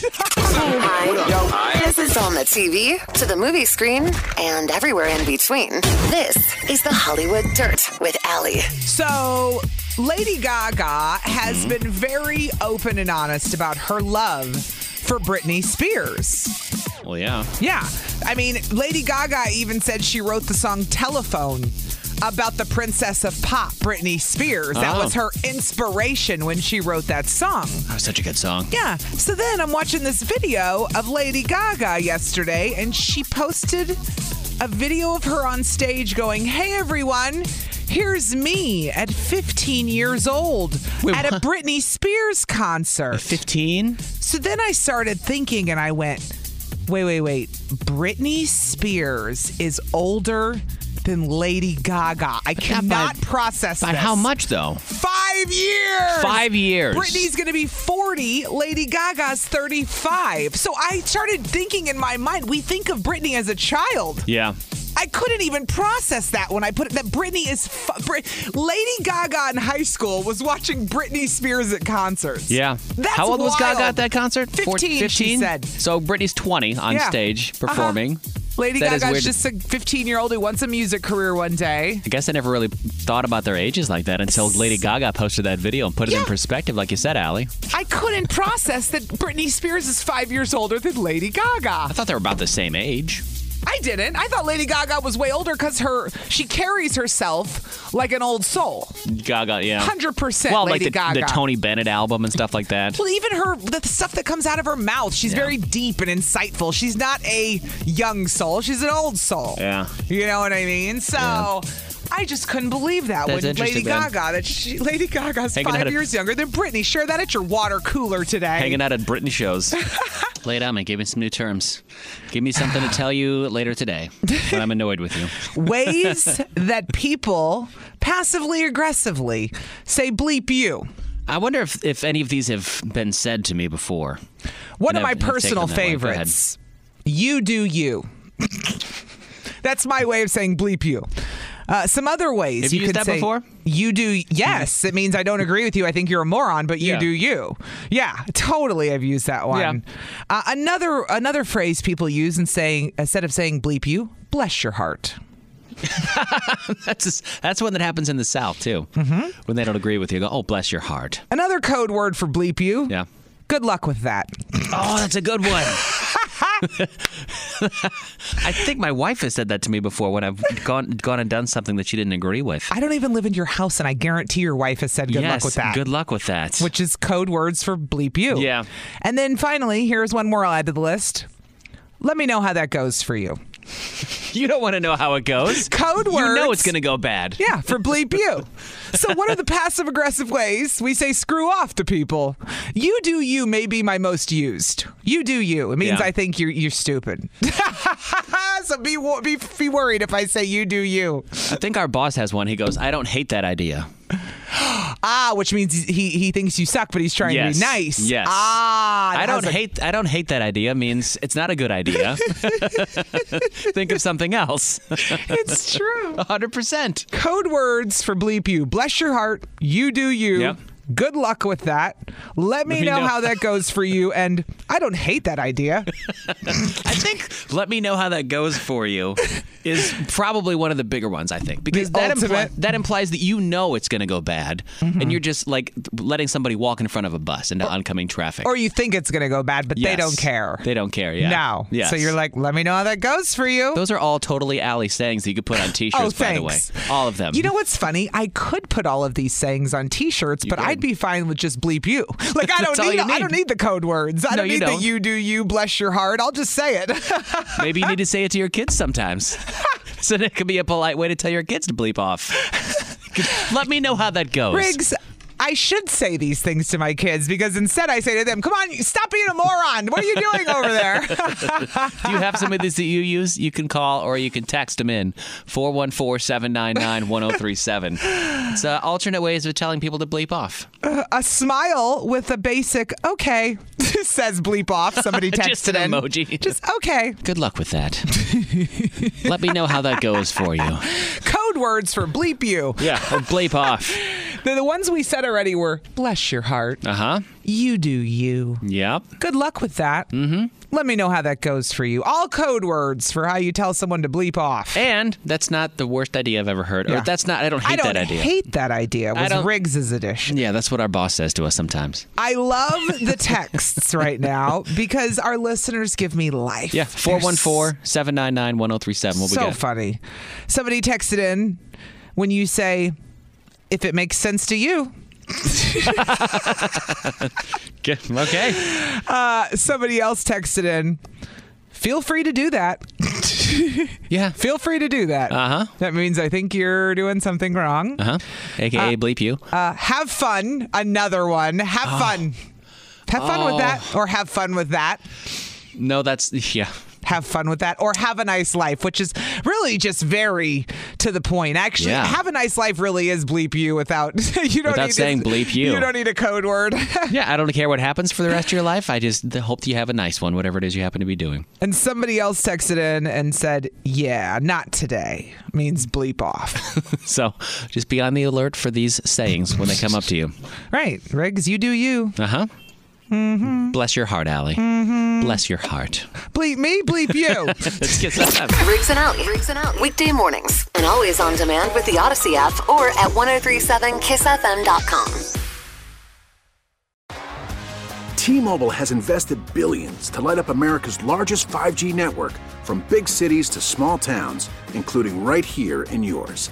S1: This is on the TV, to the movie screen, and everywhere in between. This is the Hollywood Dirt with Allie.
S2: So, Lady Gaga has
S3: Mm-hmm.
S2: been very open and honest about her love for Britney Spears.
S3: Well, yeah.
S2: Yeah. I mean, Lady Gaga even said she wrote the song Telephone about the princess of pop, Britney Spears. That
S3: Oh.
S2: was her inspiration when she wrote that song.
S3: That was such a good song.
S2: Yeah. So then I'm watching this video of Lady Gaga yesterday, and she posted a video of her on stage going, Hey, everyone. Here's me at 15 years old
S3: Wait,
S2: at a
S3: what?
S2: Britney Spears concert.
S3: 15?
S2: So then I started thinking and I went, wait, wait, wait. Britney Spears is older than Lady Gaga. I cannot process
S3: By
S2: this.
S3: how much, though?
S2: Five years.
S3: Five years.
S2: Britney's going to be 40. Lady Gaga's 35. So I started thinking in my mind, we think of Britney as a child.
S3: Yeah.
S2: I couldn't even process that when I put it that Britney is. Fu- Brit- Lady Gaga in high school was watching Britney Spears at concerts.
S3: Yeah.
S2: That's
S3: How old was Gaga
S2: wild.
S3: at that concert? Four-
S2: 15, she said.
S3: So Britney's 20 on
S2: Yeah.
S3: stage
S2: Uh-huh.
S3: performing.
S2: Lady
S3: That is
S2: Gaga's
S3: weird.
S2: just a 15 year old who wants a music career one day.
S3: I guess I never really thought about their ages like that until Lady Gaga posted that video and put it in
S2: Yeah.
S3: perspective, like you said, Allie.
S2: I couldn't process that Britney Spears is five years older than Lady
S3: I
S2: Gaga.
S3: thought they were about the same age.
S2: I didn't. I thought Lady Gaga was way older because her she carries herself like an old soul.
S3: Gaga, yeah.
S2: 100%
S3: Well,
S2: Lady
S3: like the,
S2: Gaga.
S3: the Tony Bennett album and stuff like that.
S2: Well, even her the stuff that comes out of her mouth, she's
S3: Yeah.
S2: very deep and insightful. She's not a young soul; she's an old soul.
S3: Yeah.
S2: you know what I mean. So. I just couldn't believe that
S3: That's
S2: when Lady
S3: interesting, man.
S2: Gaga that she, Lady Gaga's
S3: Hanging out
S2: five
S3: at-
S2: years younger than Britney. Share that at your water cooler today.
S3: Hanging out at Britain
S2: [LAUGHS]
S3: shows. Lay it on me. Give me some new terms. Give me something to tell you later today when I'm annoyed with you. [LAUGHS]
S2: Ways that people passively aggressively say bleep you.
S3: I wonder if, if any of these have been said to me before. [LAUGHS]
S2: One
S3: And
S2: of my
S3: I've- I've taken
S2: personal
S3: that one. Go ahead.
S2: favorites. You do you. [LAUGHS] That's my way of saying bleep you. Uh, some other ways
S3: Have
S2: you
S3: you used
S2: could
S3: that
S2: say,
S3: before?
S2: You do yes. It means I don't agree with you. I think you're a moron, but you
S3: Yeah.
S2: do you. Yeah, totally. I've used that one.
S3: Yeah.
S2: Uh, another another phrase people use in saying instead of saying bleep you, bless your heart.
S3: that's just, that's one that happens in the South too. Mm-hmm. When they don't agree with you, go, oh bless your heart.
S2: Another code word for bleep you. Yeah. Good luck with that.
S3: Oh, that's a good one. [LAUGHS] I think my wife has said that to me before when I've gone gone and done something that she didn't agree with.
S2: I don't even live in your house, and I guarantee your wife has said good
S3: yes,
S2: luck with that.
S3: Good luck with that.
S2: Which is code words for bleep you.
S3: Yeah.
S2: And then finally, here's one more I'll add to the list. Let me know how that goes for you.
S3: [LAUGHS] You don't want to know how it goes.
S2: [LAUGHS] Code words.
S3: You know it's going to go bad.
S2: [LAUGHS] Yeah, for bleep you. so, what are the passive aggressive ways we say screw off to people? You do you may be my most used. You do you. It means
S3: Yeah.
S2: I think you're you're stupid. [LAUGHS] so be, wo- be be worried if I say you do you.
S3: I think our boss has one. He goes, I don't hate that idea.
S2: Ah, which means he he thinks you suck, but he's trying to
S3: Yes.
S2: be nice.
S3: Yes.
S2: Ah, that
S3: I don't
S2: has a-
S3: hate I don't hate that idea means it's not a good idea. Think of something else.
S2: [LAUGHS] It's
S3: [LAUGHS]
S2: true.
S3: 100%.
S2: Code words for bleep you. Bless your heart. You do you.
S3: Yep.
S2: Good luck with that. Let me
S3: me
S2: know
S3: know.
S2: how that goes for you. And I don't hate that idea.
S3: I think let me know how that goes for you is probably one of the bigger ones, I think. Because
S2: The
S3: that,
S2: ultimate- Mm-hmm.
S3: that implies that you know it's going to go bad and you're just like letting somebody walk in front of a bus into oncoming traffic.
S2: or you think it's going to go bad, but they
S3: Yes.
S2: don't care.
S3: They don't care, yeah.
S2: No.
S3: Yes.
S2: So you're like, let me know how that goes for you.
S3: Those are all totally alley sayings that you could put on t-shirts
S2: [LAUGHS] Oh,
S3: by the way.
S2: thanks.
S3: All of them.
S2: you know what's funny? I could put all of these sayings on T-shirts, but I'd be fine with just bleep you. [LAUGHS] Like I don't
S3: That's all
S2: need,
S3: you
S2: I
S3: need.
S2: don't need the code words. I
S3: No,
S2: don't
S3: you
S2: need
S3: don't.
S2: the you do you bless your heart. I'll just say it.
S3: Maybe you need to say it to your kids
S2: [LAUGHS]
S3: sometimes. so that could be a polite way to tell your kids to bleep off. Let me know how that goes.
S2: Riggs, I should say these things to my kids because instead I say to them, "Come on, stop being a moron. What are you doing over
S3: [LAUGHS]
S2: there?"
S3: Do you have some of these that you use? You can call or you can text them in 414 799 1037. It's uh, alternate ways of telling people to bleep off.
S2: a smile with a basic "okay" [LAUGHS] says bleep
S3: [LAUGHS]
S2: off. Somebody texted
S3: Just an
S2: in.
S3: emoji.
S2: Just okay.
S3: Good luck with
S2: [LAUGHS]
S3: that. Let me know how that goes for you.
S2: Code words for bleep you.
S3: Yeah. Or bleep off.
S2: The, the ones we said already were bless your heart.
S3: Uh huh.
S2: You do you.
S3: Yep.
S2: Good luck with that. Mm-hmm. Let me know how that goes for you. All code words for how you tell someone to bleep off.
S3: And that's not the worst idea I've ever heard.
S2: Yeah.
S3: Or that's not, I don't hate
S2: I don't
S3: that idea.
S2: hate that idea.
S3: I
S2: Was
S3: don't-
S2: Riggs's edition.
S3: yeah, that's what our boss says to us sometimes.
S2: I love
S3: [LAUGHS]
S2: the texts right now because our listeners give me life.
S3: Yeah,
S2: They're
S3: 414 799 1037. What we
S2: so
S3: got?
S2: funny. Somebody texted in when you say, if it makes sense to you.
S3: Okay.
S2: Uh, somebody else texted in, feel free to do that. [LAUGHS]
S3: Yeah.
S2: Feel free to do that.
S3: Uh-huh.
S2: That means I think you're doing something wrong.
S3: Uh huh. AKA bleep you.
S2: Uh, have fun. Another one. Have
S3: Ah.
S2: fun. Have fun with that,
S3: Oh.
S2: or have fun with that.
S3: No, that's, yeah.
S2: have fun with that or have a nice life which is really just very to the point actually
S3: Yeah.
S2: have a nice life really is bleep you without [LAUGHS] you don't
S3: Without
S2: need
S3: saying
S2: to,
S3: bleep you.
S2: you don't need a code word [LAUGHS]
S3: Yeah, I don't care what happens for the rest of your life. I just th- hope that you have a nice one, whatever it is you happen to be doing.
S2: and somebody else texted in and said yeah not today means
S3: [LAUGHS]
S2: bleep off
S3: So just be on the alert for these sayings when they come up to you.
S2: right riggs you do you
S3: Uh huh. Bless your heart, Allie. Bless your heart.
S2: bleep me bleep
S3: [LAUGHS]
S2: you
S3: Let's get that up.
S1: Riggs and Out. Riggs and Out. Weekday mornings. And always on demand with the Odyssey app or at 1037kissfm.com.
S10: T-Mobile has invested billions to light up America's largest 5G network from big cities to small towns, including right here in yours.